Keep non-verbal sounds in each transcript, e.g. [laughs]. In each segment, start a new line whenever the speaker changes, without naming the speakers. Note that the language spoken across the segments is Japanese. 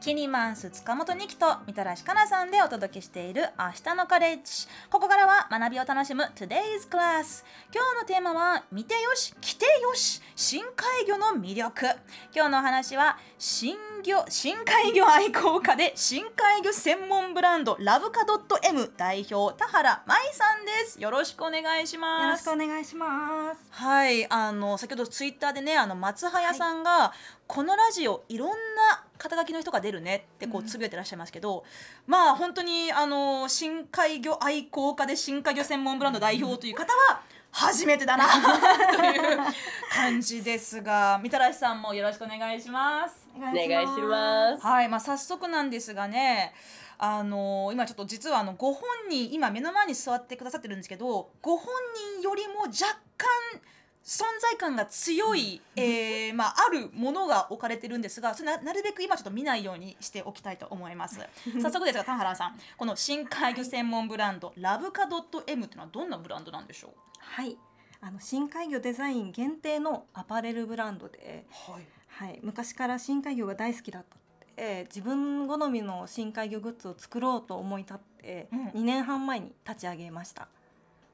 キニマンス塚本二希とみたらしかなさんでお届けしている明日のカレッジここからは学びを楽しむ Today's Class 今日のテーマは見てよし来てよし深海魚の魅力今日のお話は深魚深海魚愛好家で深海魚専門ブランドラブカドット M 代表田原舞さんですよろしくお願いし
よろ
ま
し
す
くお願いします。
はい、あの先ほどツイッターでね、あの松早さんが、このラジオいろんな肩書きの人が出るねってこう
うん
つぶやいてらっしゃいますけど、まあ本当にあの深海魚愛好家で深海魚専門ブランド代表という方は初めてだなという感じですが、みたらしさんもよろしくお願いします。
お
お願いします。
はい、まあ、早速なんですがねあの今ちょっと実はあのご本人今目の前に座ってくださってるんですけどご本人よりも若干存在感が強い、えーまあ、あるものが置かれてるんですがそれななるべく今ちょっと見ないようにしておきたいと思い [laughs] ます早速ですが田原さんこの深海魚専門ブランドラブカドット M ってのはどんなブランドなんでしょ
はい。あの深海魚デザイン限定のアパレルブランドで、
う、はい、
はい、昔から深海魚が大好きだったって自分好みの深海魚グッズを作ろうと思い立って、
うん
2年半前に立ち上げました。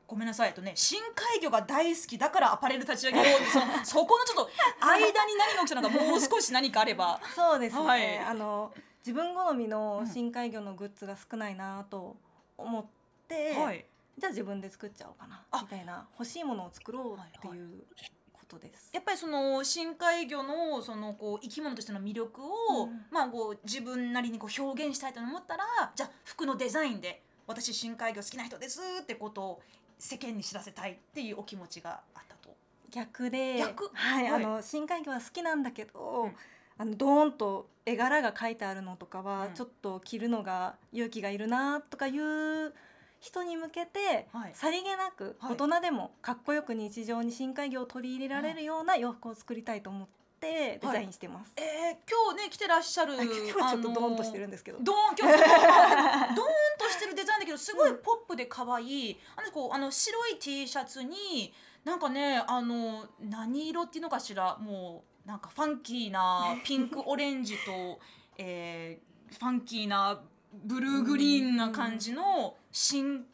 ごめんなさいえっとね深海魚が大好きだからアパレル立ち上げようってそ
[laughs]
のそこのちょっと間に何が起きたのかもう少し何かあれ
[laughs]
ば
そうですね。
はい
あの自分好みの
うん
深海魚のグッズが少ないなと思って、
はい、
じゃあ自分で作っちゃおうかな
あ
みたいな欲しいものを作ろうっていうことです。
やっぱりその深海魚のそのこう生き物としての魅力を、
うん
まあ、こう自分なりにこう表現したいと思ったらじゃあ服のデザインで私深海魚好きな人ですってことを世間に知らせたいっていうお気持ちがあったと。
逆で
逆
はい、
はい
あの深海魚は好きなんだけど、
うん
あのドーンと絵柄が書いてあるのとかは、
うん
ちょっと着るのが勇気がいるなとかいう人に向けて、
はい
さりげなく
はい
大人でもかっこよく日常に深海魚を取り入れられるような洋服を作りたいと思ってデザインしてます。
えー、今日ね来てらっしゃる
[laughs] 今日はちょっとドーンとしてるんですけど、
ドーン今日ドーンドーンとしてるデザインだけ
[laughs]
どすごいポップで可愛いあのこうあの白い T シャツになんかねあの何色っていうのかしらもうなんかファンキーなピンクオレンジ
[laughs]
と、えーファンキーなブルーグリーンな感じの深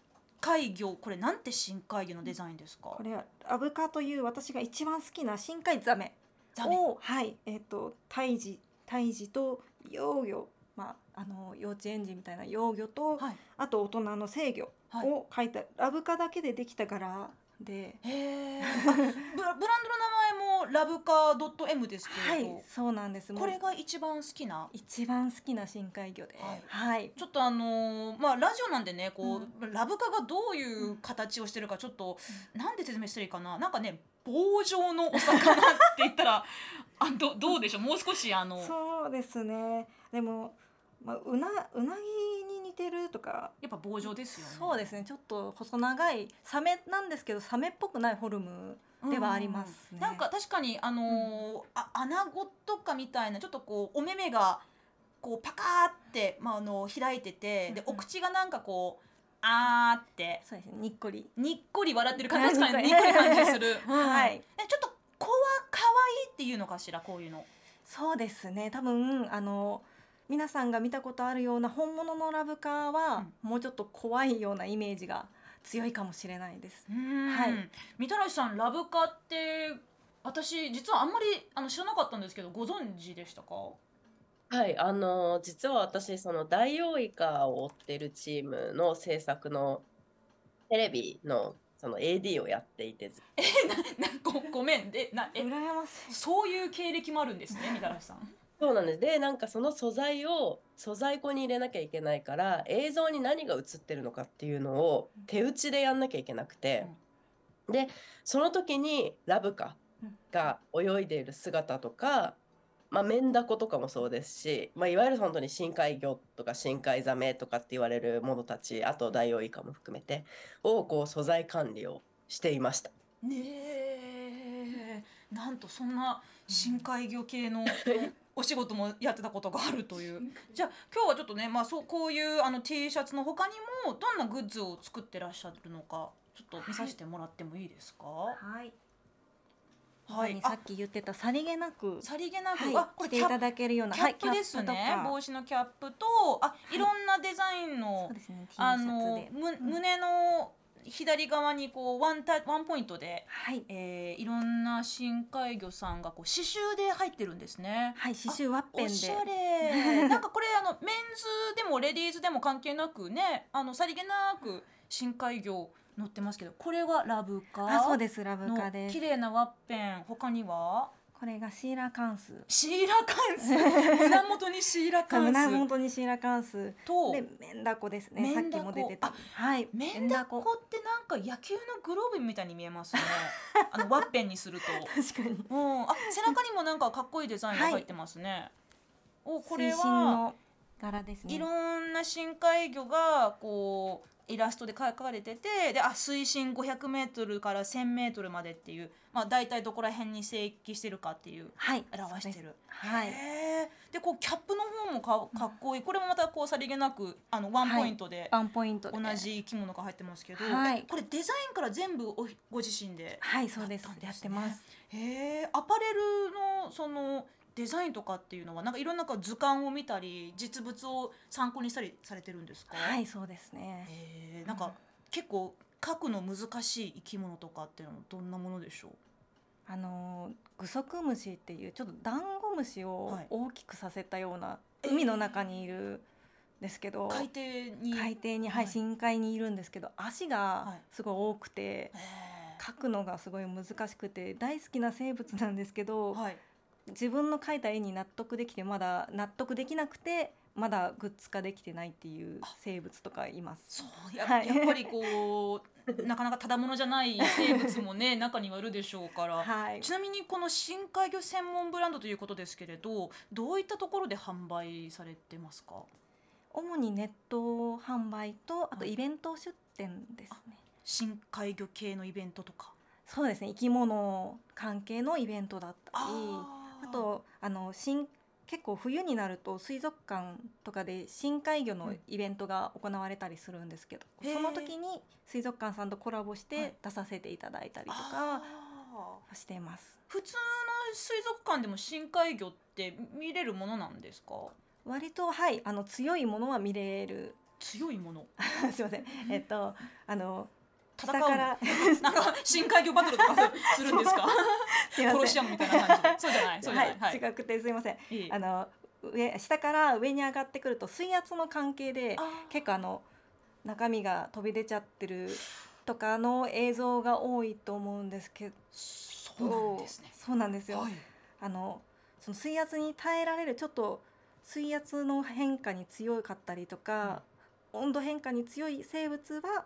海魚これなんて深海魚のデザインですか
これはアブカという私が一番好きな深海ザメ
ザメ
をはいえっ、と胎児胎児と幼魚まああの幼稚園児みたいな幼魚と、
はい
あと大人の成魚
はい
を描いた、ラブカだけでできた柄で。
へえブラブランドの名前もラブカドット .m です
は
けれど、
い、そうなんです。もう
これが一番好きな
一番好きな深海魚で、
はい
はい、
ちょっとあのーまあラジオなんでねこう、ラブカがどういううん形をしてるかちょっと、なんで説明したらいいかななんかね棒状のお魚って言った
[laughs]
らあどどうでしょうもう少しあの
そうですね。でも、まあ、うな、うなぎに似てるとか。
やっぱ棒状ですよね。
そうですね。ちょっと細長いサメなんですけど、サメっぽくないフォルムではありますね
うんなんか確かにあのーあ穴子とかみたいなちょっとこうお目目がこうパカーって、まあ、あの開いててで
うんう
お
ん
口がなんかこうあーって
そうですね、にっこり。
にっこり笑ってる感じ [laughs] 確かにに
に
っ
っ
こ
こ
り
り
感じ [laughs] する、うん
はい
えちょっと子は可愛いっていうのかしらこういうの
そうですね。多分、あの。皆さんが見たことあるような本物のラブカーは、もうちょっと怖いようなイメージが強いかもしれないです。
はいみたらしさんラブカって私実はあんまりあの知らなかったんですけどご存知でしたか [laughs]
はい、あの実は私そのダイオウイカを追ってるチームの制作のテレビのその AD をやっていてず
なごごめんでなえ
羨ましい。
そういう経歴もあるんですねみたらしさん
そうなんですでなんかその素材を素材庫に入れなきゃいけないから映像に何が映ってるのかっていうのを手打ちでやんなきゃいけなくて、でその時にラブカが泳いでいる姿とか、まあ、メンダコとかもそうですし、まあ、いわゆる本当に深海魚とか深海ザメとかって言われるものたちあとダイオウイカも含めてをこう素材管理をしていました。
ねえなんとそんな深海魚系
[laughs]
のお仕事もやってたことがあるというじゃあ今日はちょっとね、まあ、そうこういうあの T シャツの他にもどんなグッズを作ってらっしゃるのかちょっと見させてもらってもいいですか、
はい。まさにさ
あ
っき言ってたさりげなく、
さりげなく、
はい、
あこれ
着て
キ
い
ャ
た
ップ
だけるような
キャップです
はいキ
ね
ャップとか
帽子のキャップとあいろんなデザインの
そうですね T シ
あ
ャツで、
のむ
うん
胸の左側にこうワンタワンポイントで、
はい
えーいろんな深海魚さんがこう刺繍で入ってるんですね。
はい刺繍ワッペン
お
で
しゃ
[laughs]
れなんかこれあのメンズでもレディースでも関係なくねあのさりげなく深海魚載ってますけどこれはラブカ
あそうですラブカ
の
です
綺麗なワッペン他には
これがシーラカンス
シーラカンス [laughs] 胸元にシーラカン
胸
ス
元にシーラカンス
と
でメンダコですね
メ
さ
ン
っ
ダ
き
コ
も出てたはい
メンダコってなんか野球のグローブみたいに見えます
[laughs]
ねあのワッペンにすると
確かに
うんあ背中にもなんかかっこいいデザインが入ってますね、おこれ
水深
は
の柄ですね
いろんな深海魚がこうイラストで描かれててであ水深 500m から 1000m までっていう、まあ、大体どこら辺に生息してるかっていう
はい
表して
そうです
る。
はい
へーでこうキャップの方もかかっこいいこれもまたこうさりげなくあのワンポイントで
ワンポイントで
同じ着物が入ってますけど、
はい
これデザインから全部おご自身で
はいそうです
だったんですね
やってます
へーアパレルのそのデザインとかっていうのはなんかいろんなこう図鑑を見たり実物を参考にしたりされてるんですか、
はいそうですね
へーなんか結構描くの難しい生き物とかっていうのはどんなものでしょう
あのーグソクムシっていうちょっとダンゴムシを
はい
大きくさせたような、
えー
海の中にいるんですけど、
海底に
海底に、は
はい
い、深海にいるんですけど足が
はい
すごい多くて、
へ
描くのがすごい難しくて大好きな生物なんですけど、
ーはい
自分の描いた絵に納得できてまだ納得できなくてまだグッズ化できてないっていう生物とかいます。
そうや,、
はい
やっぱりこ
[laughs]
うなかなかただものじゃない生物もね [laughs] 中にはあるでしょうから、
はい
ちなみにこの深海魚専門ブランドということですけれどどういったところで販売されてますか
主にネット販売とあと
はい
イベント出店ですね。
深海魚系のイベントとか
そうですね生き物関係のイベントだったり
あ
あとあの新結構冬になると水族館とかで深海魚
う
の
ん
イベントが行われたりするんですけど、
へー
その時に水族館さんとコラボし
はい
て出させていただいたりと
あ
か
ー
してます。
普通の水族館でも深海魚って見れるものなんですか
割とはいあの強いものは見れる [laughs]
強いもの
すいませんえっとあの
戦う
下か
の
ら
なんか深海魚バトルとかするんですか
[laughs] すいません
殺し合うみたいな感じ
[laughs]
でそうじゃないそうじゃ
は
ない
い、
はい、
違くてすいません
いい
あの上下から上に上がってくると水圧の関係で
あー
結構あの中身が飛び出ちゃってるとかの映像が多いと思うんですけど
そうなんですね。
そうなんですよ、
はい
あのその水圧に耐えられるちょっと水圧の変化に強かったりとか、温度変化に強い生物は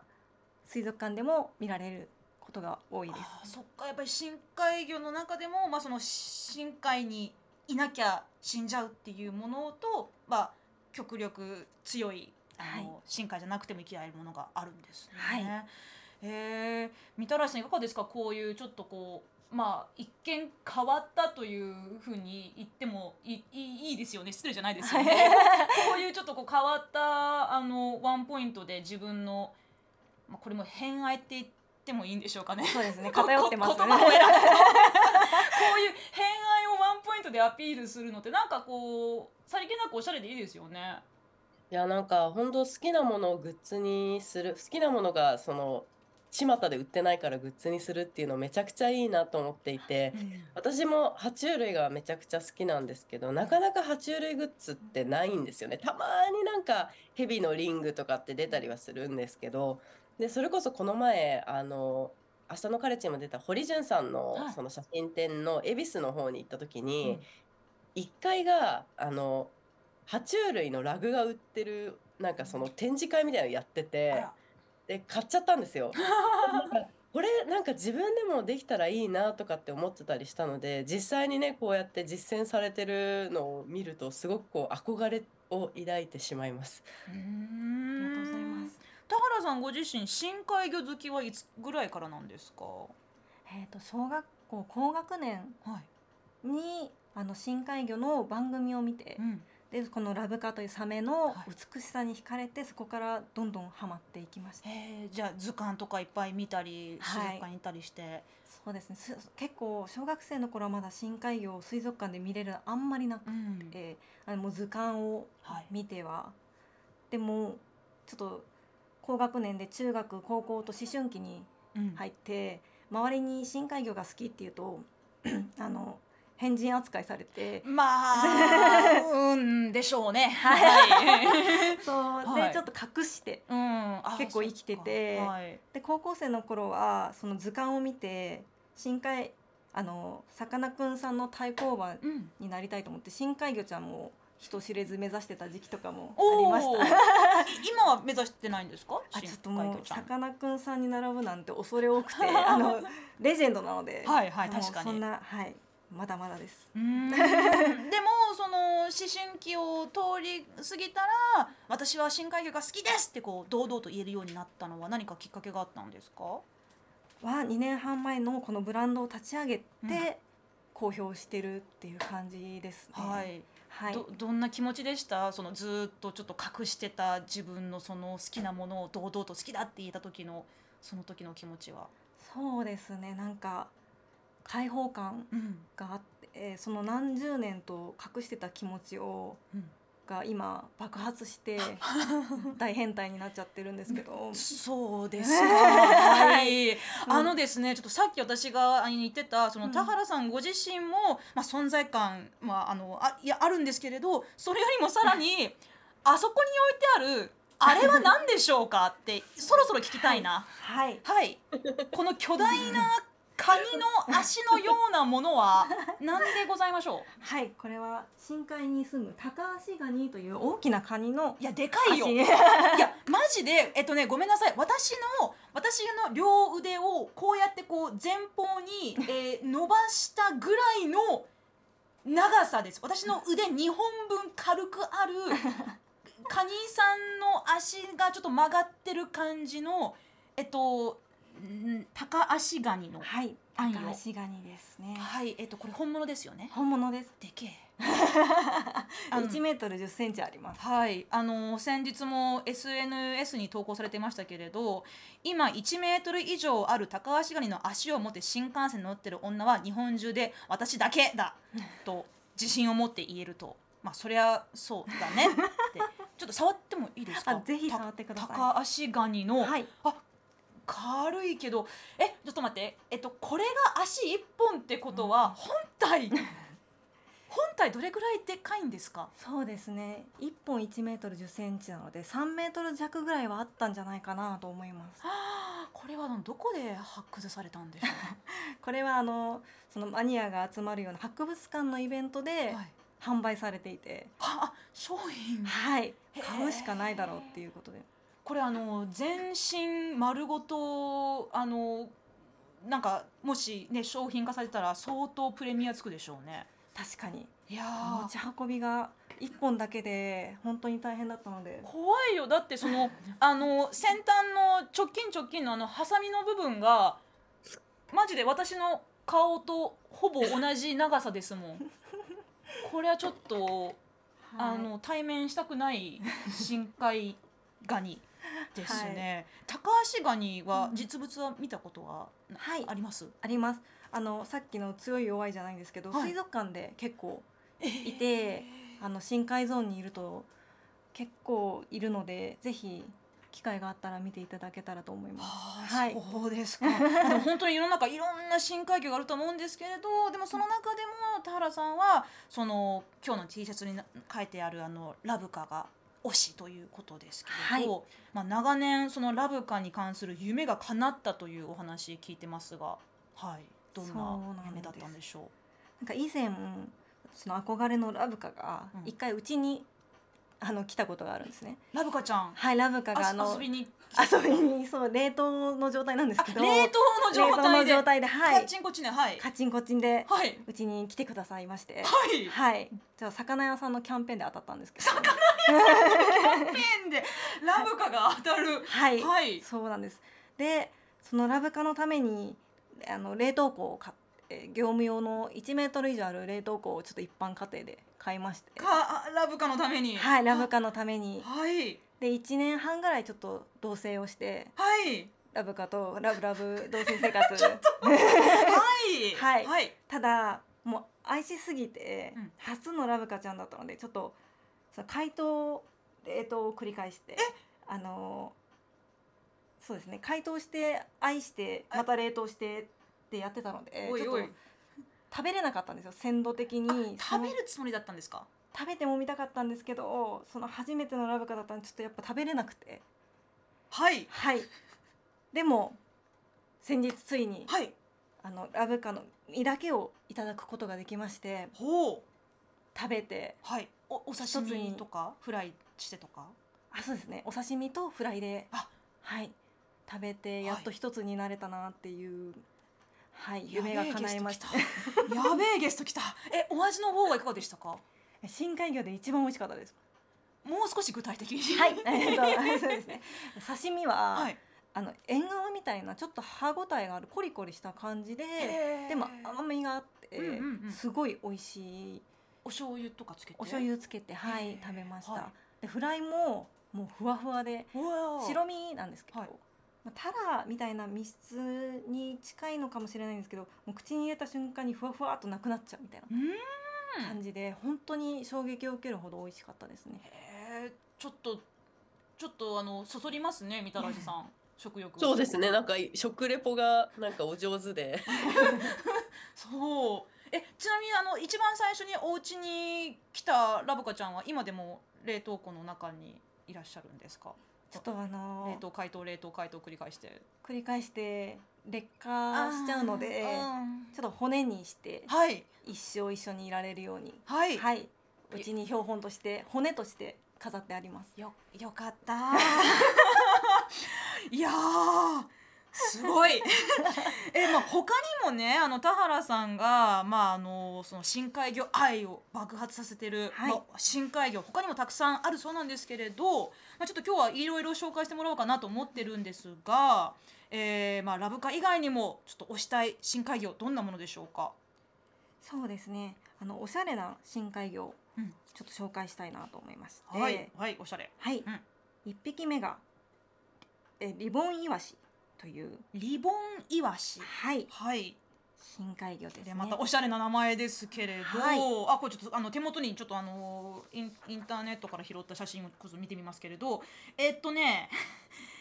水族館でも見られることが多いです。
あーそっかやっぱり深海魚の中でも、まあ、その深海にいなきゃ死んじゃうっていうものと、まあ、極力強いあの、深海じゃなくても生き合えるものがあるんですね。
は
えーみたらしさんいかがですかこういうちょっとこうまあ一見変わったというふうに言ってもいいいいいですよね失礼じゃないですよ
[laughs]
ね。こういうちょっとこう変わったあのワンポイントで自分の、まあ、これも偏愛って言ってもいいんでしょうかね。
そうですね
こ
偏ってます
こ
ね。
言葉を選ぶこういう偏愛をワンポイントでアピールするのってなんかこうさりげなくおしゃれでいいですよね。
いやなんか本当好きなものをグッズにする好きなものがその巷で売ってないからグッズにするっていうのめちゃくちゃいいなと思っていて私も爬虫類がめちゃくちゃ好きなんですけどなかなか爬虫類グッズってないんですよねたまになんかヘビのリングとかって出たりはするんですけどでそれこそこの前あの明日のカレッジにも出た堀潤さんの
はい
その写真展の恵比寿の方に行った時
う
に、
ん
1階があの爬虫類のラグが売ってるなんかその展示会みたいなのやって
あ
て
ら
で買っちゃったんですよ。なんかこれなんか自分でもできたらいいなとかって思ってたりしたので実際にねこうやって実践されてるのを見るとすごくこう憧れを抱いてしまいます。
うー
[laughs] あり
ん
がとうございます。
田原さんご自身深海魚好きはいつぐらいからなんですか。は
えっ、と小学校高学年
い。
にあの深海魚の番組を見て、
うん。
でこのラブカというサメの
はい
美しさに惹かれてそこからどんどんハマっていきました。
へえじゃあ図鑑とかいっぱい見たり水
はい
族館に行ったりして、
そそうですねす結構小学生の頃はまだ深海魚を水族館で見れるのあんまりなく
うん
て、あのもう図鑑を
はい
見ては、でもちょっと高学年で中学高校と思春期に
うん
入って周りに深海魚が好きっていうと [clears throat] あの変人扱いされて
まあうんでしょうね [laughs] はい、
そう、
はい
でちょっと隠して
[laughs] うん、あ
結構生きてて
そっかはい
で高校生の頃はその図鑑を見て深海あのさかなクンさんの対抗
う
馬
ん、
になりたいと思って深海魚ちゃんも人知れず目指してた時期とかもあり
お
まし
お
た。
[laughs] 今は目指してないんですか
あちょっと
深海
も
魚
う
ちゃ
さ
ん
かなクンさんに並ぶなんて恐れ
[laughs]
多くてあのレジェンドなので、
はいはい
もう
確かに
そんなはいまだまだです。
うーん [laughs] でもその思春期を通り過ぎたら私は深海魚が好きですってこう堂々と言えるようになったのは何かきっかけがあったんですか
は2年半前のこのブランドを立ち上げて、
うん
公表してるっていう感じですね。
はい、
はい。
どどんな気持ちでしたそのずーっとちょっと隠してた自分のその好きなものを堂々と好きだって言えた時のその時の気持ちは、
そうですねなんか開放感
うん
があって、えーその何十年と隠してた気持ちを
うん
が今爆発して大変態になっちゃってるんですけど、
そうです
[laughs]
かはい
うん
あのですねちょっとさっき私が言ってたその
うん
田原さんご自身も、まあ、存在感、まあ、あのあいやあるんですけれどそれよりもさらにあそこに置いてあるあれは何でしょうかってそろそろ聞きたいな。
はい
はい、この巨大なカニの足のようなものは何でございましょ
はいこれは深海に住むタカアシガニという大きなカニの
ういやでかいよ
[laughs] 足
いやマジでえっとねごめんなさい私の私の両腕をこうやってこう前方に、えー伸ばしたぐらいの長さです私の腕2本分軽くあるカニさんの足がちょっと曲がってる感じのえっとんタカアシガニの
はい
あん
タカ
よ
アシガニですね。
はいえっとこれ本物ですよね
本物です。
で
[laughs]
けえあの
1メートル10センチあります。
はい、あの先日も SNS に投稿されてましたけれど今1メートル以上あるタカアシガニの足を持って新幹線に乗ってる女は日本中で私だけだと自信を持って言えるとまあそりゃそうだねって
[laughs]
ちょっと触ってもいいですか
あぜひ
た
触ってください
タカアシガニの、
はい。
あ軽いけどえちょっと待って、えっと、これが足一本ってことは本体本体どれぐらいでかいんですか
そうですね。1本1メートル10センチなので3メートル弱ぐらいはあったんじゃないかなと思います。
はあこれはどこで発掘されたんでしょ [laughs]
これはあのそのマニアが集まるような博物館のイベント
う、
で
はい、
販売されていて、
はあ商品
はい。
へー
買うしかないだろうっていうことで。
これあの全身丸ごとあのなんかもしね商品化されたら相当プレミアつくでしょうね
確かに
いや
持ち運びが1本だけで本当に大変だったので。
怖いよだってそ [laughs] のあの先端の直近直近のあのハサミの部分がマジで私の顔とほぼ同じ長さですもんこれはちょっとあの対面したくない深海ガニですね。高橋ガニは
うん
実物は見たことはな
はい
あ。ります。
あります。あのさっきの強い弱いじゃないんですけど、
はい
水族館で結構
い
てあの深海ゾーンにいると結構いるのでぜひ機会があったら見ていただけたらと思います。
は、
はいい
そうです
[laughs]
か。でも本当に世の中いろんな深海魚があると思うんですけれど、でもその中でも田原さんはその今日の T シャツにな書いてあるあのラブカが推しということですけれど、
は
まあ長年そのラブカに関する夢が叶ったというお話聞いてますが、はい、どん
そう
な
なんです
夢だったんでしょう。
なんか以前その憧れのラブカが
うん
一回うちに、あの来たことがあるんですね。
ラブカちゃん。
はいラブカが
あ
あの
遊びに
遊びにそう冷凍の状態なんです
あ
け
冷
ど
凍の状態で
冷凍の状態では
カ
い
ッチンコチンねはい
カチンコチンで
はい、
うちに来てくださいまして。
はい、
はい、じゃあ魚屋さんのキャンペーンで当たったんですけど
ペンでラブカが当たる。
はい、
はい。
そうなんです。で、そのラブ化のためにあの冷凍庫を買って業務用の1メートル以上ある冷凍庫をちょっと一般家庭で買いまして、
かあラブカのために。
はい、ラブ化のために
はい
で1年半ぐらいちょっと同棲をして
はい。
ラブカとラブラブ同棲生活
はい
はい
はい
ただもう愛しすぎて、
うん
初のラブカちゃんだったのでちょっとその回答冷凍を繰り返してあのそうですね解凍して愛してまた冷凍してってやってたので
おいおい
ちょっと食べれなかったんですよ鮮度的
あ
にそ
食
の
べるつもりだったんですか
食べてもみたかったんですけどその初めてのラブカだったんでちょっとやっぱ食べれなくて
はい
はいでも先日ついに
はい
あのラブカの身だけをいただくことができまして
ほう
食べて
はいおお
一
刺
つ
身
に
とかフライしてとか
あそうですねお刺身とフライで
あ
はい食べて
い
やっと一つになれたなっていうはい、
やべえ
夢が叶いました
ゲスト来たやべえゲスト来たえお味の方はいかがでしたか
深海魚で一番美味しかったです
もう少し具体的に
はい [laughs] えっとそうですね刺身は、
はい
あの縁側みたいなちょっと歯ごたえがあるコリコリした感じででも甘みがあって、
うんうんうん
すごい美味しい
お醤油とかつけて
お醤油つけてはい、
へー
食べました、
は
でフライももうふわふわで
うわー
白身なんですけど、
はい
まあタラみたいな密室に近いのかもしれないんですけどもう口に入れた瞬間にふわふわっとなくなっちゃうみたいな
うん
感じで、本当に衝撃を受けるほど美味しかったですね
へえちょっとちょっとあのそそりますねみたらしさん食欲
そうですね。なんか食レポがなんかお上手で。
そうえちなみにあの一番最初にお家に来たラブカちゃんは今でも冷凍庫の中にいらっしゃるんですか
ちょっとあのー
冷凍解凍冷凍解凍繰り返して
繰り返して劣化しちゃうので
うん
ちょっと骨にして
はい
一生一緒にいられるように
は、
はいい、うちに標本として骨として飾ってあります
よよかった [laughs] いやーすごい [laughs] えまあ他にもねあの田原さんがまああのその深海魚愛を爆発させてる、
はい
まあ深海魚他にもたくさんあるそうなんですけれど、まあ、ちょっと今日はいろいろ紹介してもらおうかなと思ってるんですが、えーまあラブカ以外にもちょっと推したい深海魚どんなものでしょうか。
そうですねあのおしゃれな深海魚を
うん
ちょっと紹介したいなと思いまして、
はい、はいおしゃれ。
はい
ん
一匹目がえリボンイワシという
リボンイワシ。
はい
はい。
深海魚です
で
ね
またおしゃれな名前ですけれど、
はい
あこれちょっとあの手元にちょっとあのインインターネットから拾った写真をこそ見てみますけれどえっとね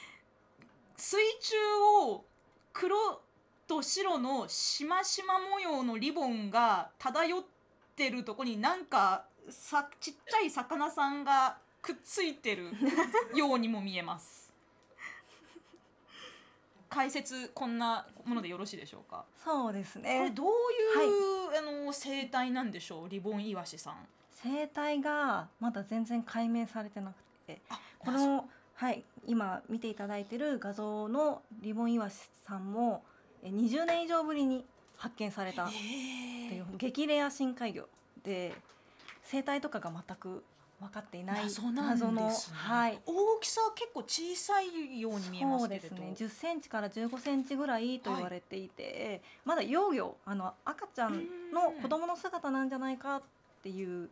[laughs] 水中を黒と白のしましま模様のリボンが漂ってるとこになんかさちっちゃい魚さんがくっついてるようにも見えます。解説こんなものでよろしいでしょうか
そうです
これ
ね
どういう、あの生態なんでしょうリボンイワシさん。
生態がまだ全然解明されてなくて
あ
このはい今見ていただいてる画像のリボンイワシさんもえ20年以上ぶりに発見されたっていう激レア深海魚で生態とかが全く分かっていない
謎なんです、ね、
謎のはい
大きさは結構小さいように見えます
そう
けれ
で
ど
すね10センチから15センチぐらいと言われていて、まだ幼魚あの赤ちゃんの子供の姿なんじゃないかっていう、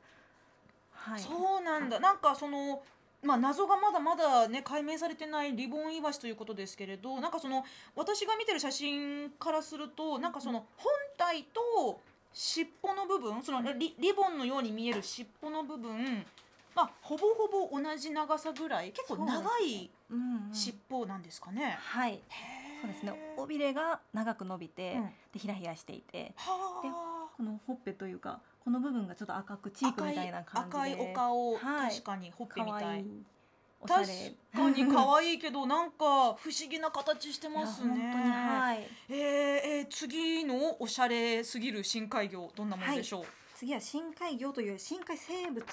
はい、
そうなんだなんかそのまあ、謎がまだまだね解明されてないリボンイワシということですけれどなんかその私が見てる写真からするとなんかその本体と尻尾の部分そのリリボンのように見える尻尾の部分まあほぼほぼ同じ長さぐらい結構長
そうです
い
ねうんうん
尻尾なんですかね。
はいそうですね尾びれが長く伸びて、
うん
でひらひらしていて
は
このほっぺというかこの部分がちょっと赤くチ
あ。
ーク
赤
みた
い
いな感じで
赤いお顔、
はい
確かにほっぺ
か
み
わ
た
い
い。
いおしゃ
確
れ
かに可愛いけどなんか不思議な形して
いや
ます
本当に
ね。
はい
えーえー次のおしゃれすぎる深海魚どんなものでしょう。
次は深海魚というより深海生物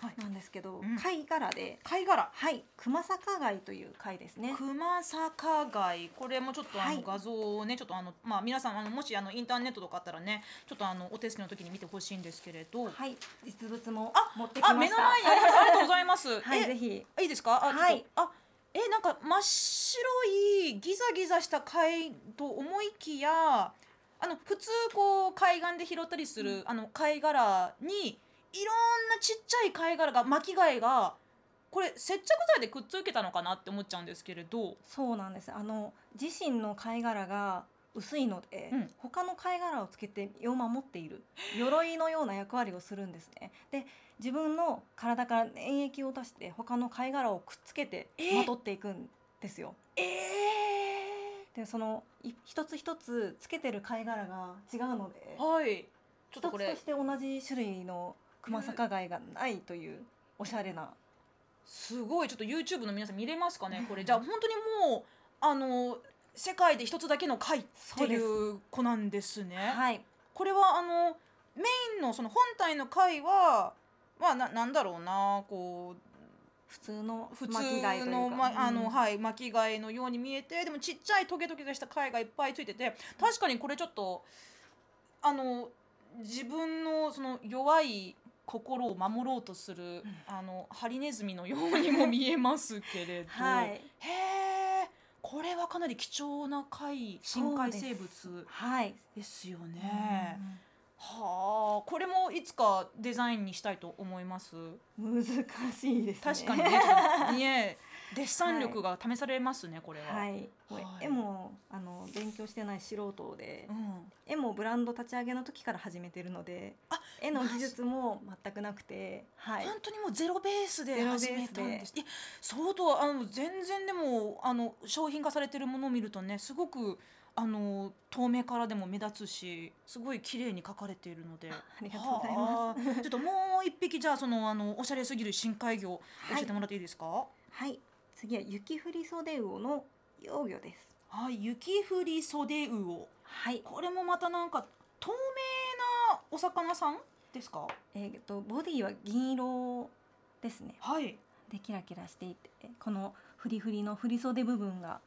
はい
なんですけど、
うん
貝殻で
貝殻。
はいクマサカ貝という貝ですね
熊坂貝これもちょっとあ
は
の
い
画像をねちょっとあのまあ皆さんあのもしあのインターネットとかあったらねちょっとあのお手つきの時に見てほしいんですけれど、
はい実物も
あ
持ってきま
あ
した。
目の前にありますありがとうございます
は
え
いぜひ
いいですか？あ、
は
はい
い。
あ、え、なんか真っ白いギザギザした貝と思いきや、あの普通こう海岸で拾ったりする、あの貝殻にいろんなちっちゃい貝殻が巻き貝がこれ接着剤でくっつけたのかなって思っちゃうんですけれど、
そうなんですあの自身の貝殻が薄いので、
うん
他の貝殻をつけて身を守っている鎧のような役割をするんですねで自分の体から粘液を出して他の貝殻をくっつけて
え
まとっていくんですよ
え
でそのい一つ一つつけてる貝殻が違うので
はいちょっと
一つと
これ
して同じ種類のクマサカ貝がないというおしゃれな
すごいちょっと YouTube の皆さん見れますかねこれじゃあ本当にもうあの世界で一つだけの貝っていう子なんですね。
はい
これはあのメインのその本体の貝はまあななんだろうなこ
普通の
う普通
巻き貝とい
の
うか
まあ
うん
のはい巻き貝のように見えてでもちっちゃいトゲトゲがした貝がいっぱいついてて確かにこれちょっとあの自分のその弱い心を守ろうとする
ん
あのハリネズミのようにも見えますけれど、
はい
へえこれはかなり貴重な貝深海生物
はい
ですよね。はあこれもいつかデザインにしたいと思います
難しいですね
確かにねねデッサン力が試されますねこれは、
[laughs] はい、もう
はい
絵もあの勉強してない素人で
うん、
絵もブランド立ち上げの時から始めてるので
あ
絵の技術も全くなくてはい
本当にもうゼロベースで
ゼロベース
始
で
めたんですいや相当あの全然でもあの商品化されてるものを見るとねすごくあの透明からでも目立つしすごい綺麗に描かれているので。
ありがとうございます
はあちょっともう一匹じゃあそのあのおしゃれすぎる深海魚教
は
え
い
てもらっていいですか。
はい次は雪降りソデウオの幼魚です
はい、雪降り袖魚。
はい
これもまたなんか透明なお魚さんですか
えー、とボディは銀色ですね
はい
でキラキラしていてこのフリフリの振り袖部分が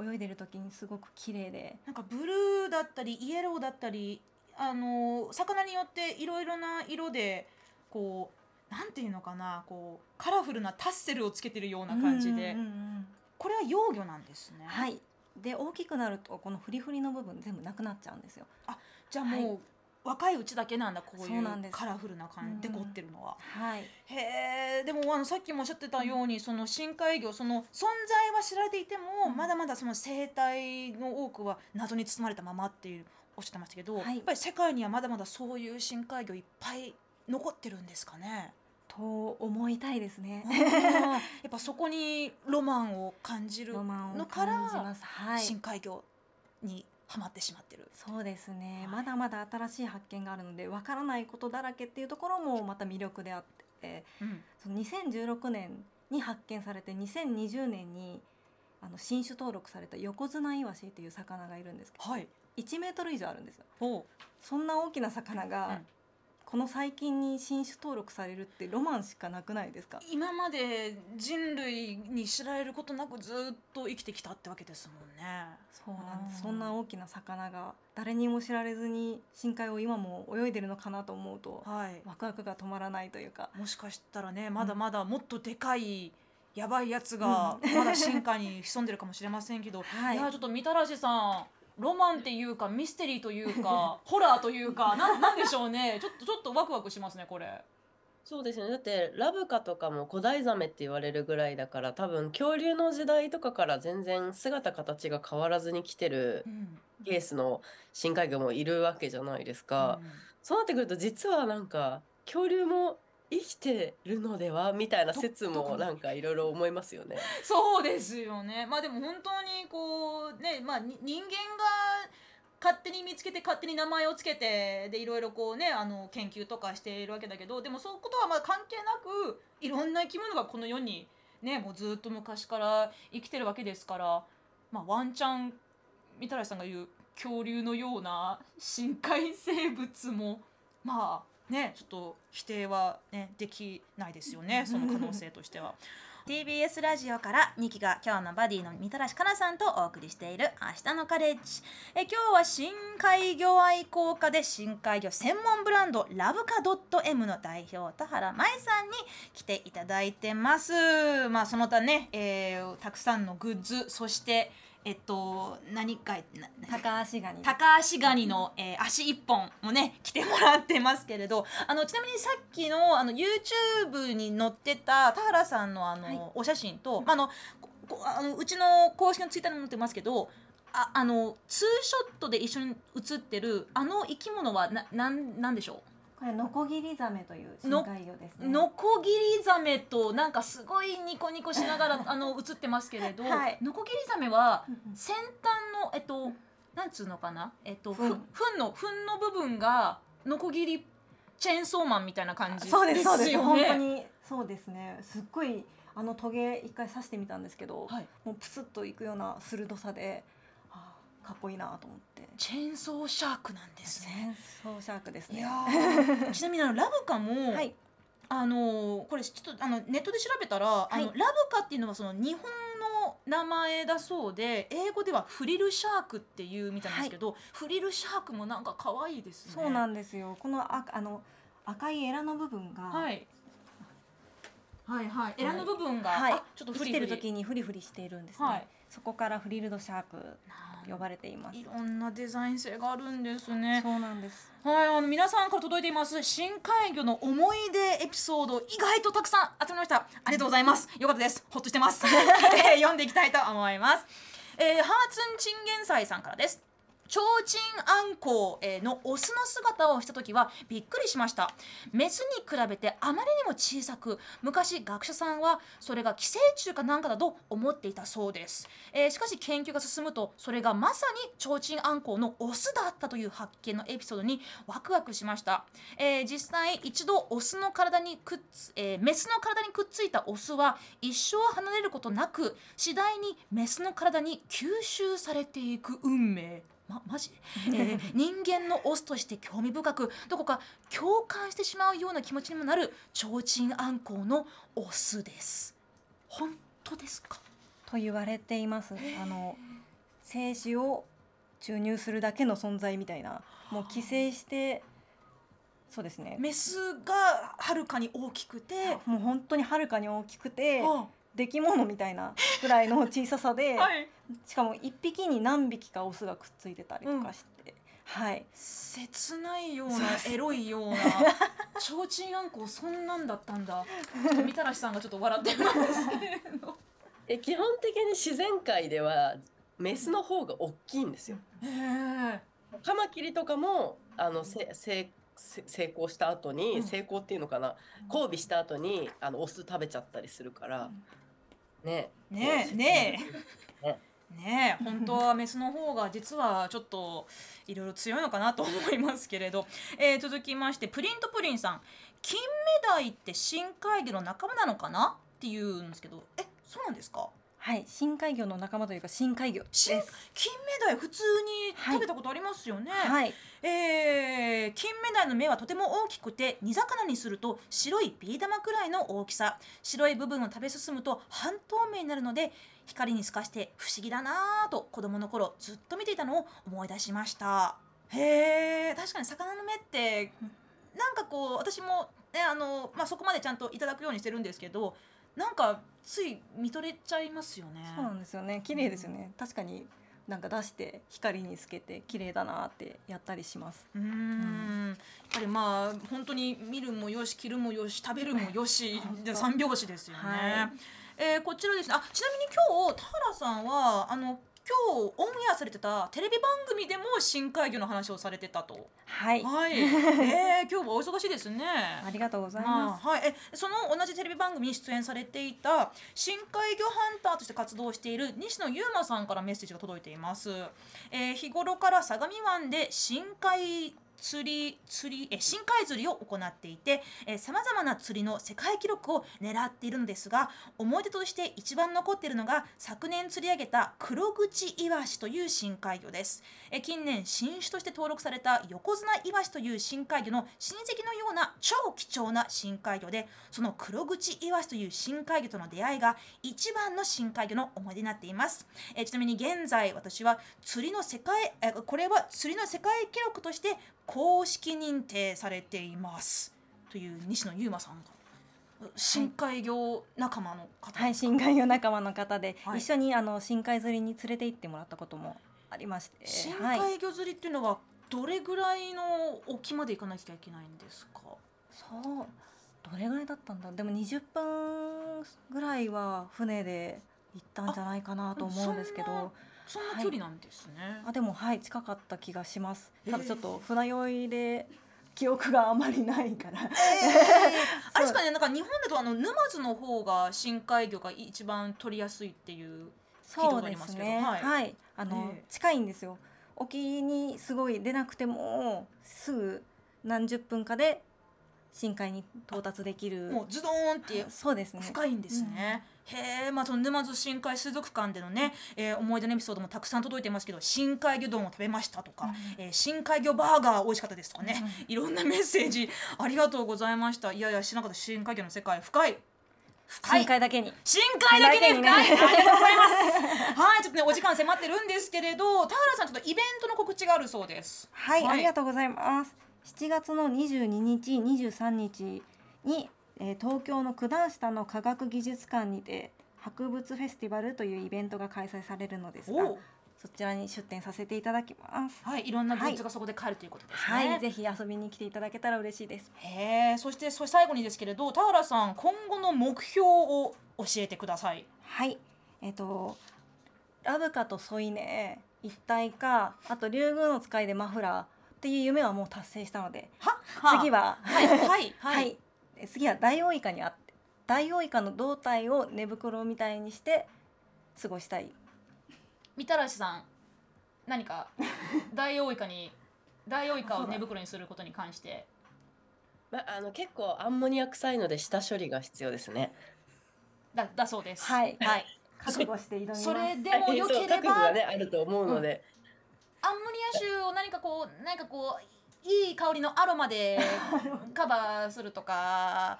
泳いでる時にすごく綺麗で
なんかブルーだったりイエローだったりあのー魚によっていろいろな色でこうなんていうのかなこうカラフルなタッセルをつけてるような感じで、
うんうんうん
これは幼魚なんですね、
はい。で大きくなるとこのフリフリの部分全部なくなっちゃうんですよ。
じゃあもう、
は
若いうちだけなんだこうい
そうなん
う
です
カラフルな感じ
う
で
ん
凝ってるのは。
はい。
へえでもあのさっきもおっしゃってたように、その深海魚その存在は知られていても、
うん
まだまだその生態の多くは謎に包まれたままっていうおっしゃってましたけど、
はい
やっぱり世界にはまだまだそういう深海魚いっぱい残ってるんですかね。
と思いたいですね
うん。やっぱそこにロマンを感じる
[laughs] ロマン
の
を
か
感
ら
じます。はい。
深海魚にはまってしまってる。
そうですね、
はい
まだまだ新しい発見があるのでわからないことだらけっていうところもまた魅力であって
うん
その2016年に発見されて2020年にあの新種登録された横綱イワシっていう魚がいるんですけど
はい。
1メートル以上あるんですよ
お
そんな大きな魚が、
うん
この最近に新種登録されるってロマンしかなくないですか
今まで人類に知られることなくずっと生きてきたってわけですもんね。
そうなんで
あー
すそんな大きな魚が誰にも知られずに深海を今も泳いでるのかなと思うと
はい。
ワクワクが止まらないというか
もしかしたらねまだまだもっとでかい、やばいやつが [laughs] まだ深海に潜んでるかもしれませんけど、、
はいい
やちょっとみたらしさんロマンっていうかミステリーというかホラーというかなんなんでしょうねちょっとちょっとワクワクしますねこれ。
[laughs] そうですね。だって、ラブカとかも古代ザメって言われるぐらいだから、多分恐竜の時代とかから全然姿形が変わらずに来てる
うん
ケースの深海魚もいるわけじゃないですか。そうなってくると、実はなんか、恐竜も生きてるのではみたいな
ど
説
どこ
も
に
なんかいろいろ思いますよね。
[laughs] そうですよね。まあでも本当にこうね、まあに人間が勝手に見つけて勝手に名前をつけてでいろいろこうねあの研究とかしているわけだけどでもそういうことはまあ関係なくいろんな生き物がこの世にねもうずっと昔から生きてるわけですから、まあ、ワンチャンみたらしさんが言う恐竜のような深海生物もまあねちょっと否定は、ね、できないですよねその可能性としては。
[laughs] TBS ラジオから2期が今日のバディのみたらしかなさんとお送りしている「明日のカレッジ」え今日は深海魚愛好家で深海魚専門ブランドラブカ .m の代表田原舞さんに来ていただいてますまあその他ね、えーたくさんのグッズそして、
えっと何かなな
高足ガニ
高足ガニの、えー足一本もね来てもらってますけれどあのちなみにさっきのあの YouTube に載ってた田原さんのあの、
はい
お写真と、まあ、あのここあのうちの公式のツイッターにも載ってますけどああのツーショットで一緒に写ってるあの生き物はななんなんでしょ
これノコギリザメという深海魚です
う
ね
ノコギリザメとなんかすごいニコニコしながらあの写ってますけれど、
はい
ノコギリザメは
うんうん
先端のえっとなんつうのかなえっとふ
ふん
んのふんの部分がノコギリチェーンソーマンみたいな感じ
そうですそうです
よね
本当にそうですねすっごいあのトゲ一回刺してみたんですけど、
はい
もうプスッといくような鋭さで、あーかっこいいなと思って
チェーンソーシャークなんですね。
戦争シャークです
い
ね
やー [laughs] ちなみにあのラブカも、
はい
あのーこれちょっとあのネットで調べたら、あのラ
は
ブカっていうのはその日本の名前だそうで英語ではフリルシャークっていうみたいなんですけど、フリルシャークもなんか可愛いですね。
そうなんんですよこのああの赤いエラの部分が、
はいはいはいエラの部分が、
はい
あちょっと
生
フ
き
リ
て
フ
る
リ
時にフリフリしているんですね、
はい
そこからフリルドシャークと呼ばれています
いろんなデザイン性があるんですね。
そうなんです
はい、あの皆さんから届いています深海魚の思い出エピソード意外とたくさん集めました。ありがとうございます。よかったです。ほっとしてます。 [laughs] えー読んでいきたいと思います。えーハーツンチンゲンサイさんからです。提灯アンコウえーのオスの姿をした時はびっくりしましたメスに比べてあまりにも小さく昔学者さんはそれが寄生虫かなんかだと思っていたそうです、えーしかし研究が進むとそれがまさに提灯アンコウのオスだったという発見のエピソードにワクワクしました、えー実際一度オスの体にくっつ、えーメスの体にくっついたオスは一生離れることなく次第にメスの体に吸収されていく運命ま、マジ、 [laughs] えー人間のオスとして興味深くどこか共感してしまうような気持ちにもなる提灯アンコウのオスです本当ですか
と言われていますあの精子を注入するだけの存在みたいなもう寄生してそうですね
メスがはるかに大きくて、
もう本当にはるかに大きくて
は
出来物みたいなぐらいの小ささで、
あ [laughs] はい、
しかも一匹に何匹かオスがくっついてたりとかして、はい
切ないような
そうです
エロいよう [laughs] な提灯あんこうそんなんだったん [laughs] だちょっとみたらしさんがちょっと笑ってますけど
え基本的に自然界ではメスの方が大きいんですよ。
へ [laughs] え
カマキリとかもあのせせせ成功した後に、
うん
成功っていうのかな交尾した後にあのオス食べちゃったりするから、ね
ねえねえねえ本当はメスの方が実はちょっといろいろ強いのかなと思いますけれど、えー続きましてプリントプリンさん「金目鯛って深海魚の仲間なのかな?」っていうんですけどえそうなんですか
はい深海魚の仲間というか深海魚です
深金目鯛普通に食べたことありますよね、
はい
えー、金目鯛の目はとても大きくて煮魚にすると白いビー玉くらいの大きさ白い部分を食べ進むと半透明になるので光に透かして不思議だなぁと子供の頃ずっと見ていたのを思い出しましたへえ確かに魚の目ってなんかこう私も、ねあのまあ、そこまでちゃんといただくようにしてるんですけどなんかつい見とれちゃいますよね
そうなんですよね綺麗ですよね、確かになんか出して光につけて綺麗だなってやったりします
うーんやっぱりまあ本当に見るもよし着るもよし食べるもよ
[laughs]
し
本当
で三拍子ですよね。
はい
えーこちらですねあちなみに今日田原さんはあの今日オンエアされてたテレビ番組でも深海魚の話をされてたと。
はい
はい。えー、今日はお忙しいですね。
ありがとうござい
ま
ます、
あはい、えその同じテレビ番組に出演されていた深海魚ハンターとして活動している西野優馬さんからメッセージが届いています、えー日頃から相模湾で深海釣り釣りえ深海釣りを行っていてさまざまな釣りの世界記録を狙っているのですが思い出として一番残っているのが昨年釣り上げた黒口イワシという深海魚ですえー近年新種として登録された横綱イワシという深海魚の親戚のような超貴重な深海魚でその黒口イワシという深海魚との出会いが一番の深海魚の思い出になっていますえーちなみに現在私は釣りの世界えーこれは釣りの世界記録として公式認定されていますという西野優馬さんが深海魚仲間の方、
はい、深海魚仲間の方で、
はい
一緒にあの深海釣りに連れて行ってもらったこともありまして、
深
はい、
海魚釣りっていうのはどれぐらいの沖まで行かなきゃいけないんですか
そうどれぐらいだったんだでも20分ぐらいは船で行ったんじゃないかなと思うんですけ
あそんな
ど
そんな距離なんですね、
あでもはい近かった気がします
えー
ただちょっと船酔いで記憶があまりないから
あれ
[laughs]
ですかねなんか日本だとあの沼津の方が深海魚が一番取りやすいっていう聞いたこ
そう
とあ
で
りますすけど
ね
は
はいい、あの、
ええ
近いんですよ沖にすごい出なくてもすぐ何十分かで深海に到達できる
もうズドーンって
そうですね
深いんですね。へえ、まあその沼津深海水族館でのね、えー思い出のエピソードもたくさん届いてますけど、深海魚丼を食べましたとか、えー深海魚バーガー美味しかったですとかね、いろんなメッセージありがとうございました。いやいや、知らなかった深海魚の世界深い。深い
深海だけに、
深海だけに深い、
深
ありがとうございます。はい、ちょっとねお時間迫ってるんですけれど、田原さんちょっとイベントの告知があるそうです。
[laughs] はい、
はい
ありがとうございます。7月の22日、23日に、えー東京の九段下の科学技術館にて博物フェスティバルというイベントが開催されるのですが、
お、
そちらに出展させていただきます。
はい、いろんなグッズがそこで買えるということですね。
はい、ぜひ遊びに来ていただけたら嬉しいです。
へえそしてそ最後にですけれど田原さん今後の目標を教えてください
はい、えっ、とラブカとソイネ一体化、あと竜宮の使いでマフラーっていう夢はもう達成したので、
は
次は
はいはい
は
はい
い、え次はダイオウイカにあってダイオウイカの胴体を寝袋みたいにして過ごしたい
みたらしさん何かダイオウイカにダイオウイカを寝袋にすることに関して
[laughs] まあ、あの結構アンモニア臭いので下処理が必要ですね。
だだそうです
はい
はい、
覚悟して挑みます
それでもよ
[laughs] そう
けれ
覚悟
ば、
がねあると思うので、
アンモニア臭を何かこう何かこういい香りのアロマ [laughs] でカバーするとか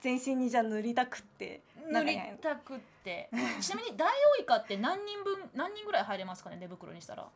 全身にじゃあ塗りたくって
塗りたくってちなみにダイオウイカって何人分何人ぐらい入れますかね寝袋にしたら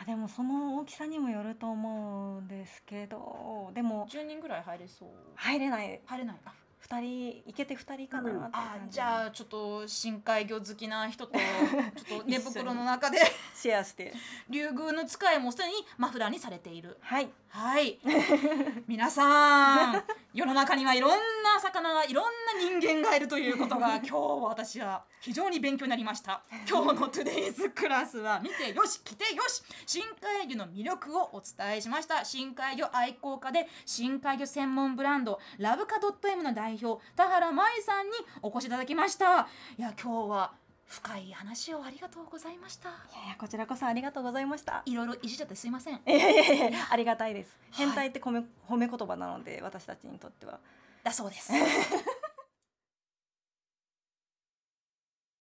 あでもその大きさにもよると思うんですけどでも
10人ぐらい入れそう
入れない
入れないあ
二人いけて二人かなって感
あ
じ
じゃあちょっと深海魚好きな人とちょ [laughs] っと寝袋の中で
シェアして
竜宮の使いもすでにマフラーにされている
はい
はい [laughs] 皆さん世の中にはいろんな魚がいろんな人間がいるということが今日私は非常に勉強になりました今日のトゥデイズクラスは見てよし来てよし深海魚の魅力をお伝えしました深海魚愛好家で深海魚専門ブランドラブカ .m の代表田原舞さんにお越しいただきましたいや今日は深い話をありがとうございました
いやいやこちらこそありがとうございました
いろいろいじっちゃってすいません
いやいやいやいやありがたいです
はい
変態って褒め,、褒め言葉なので私たちにとっては
だそうです。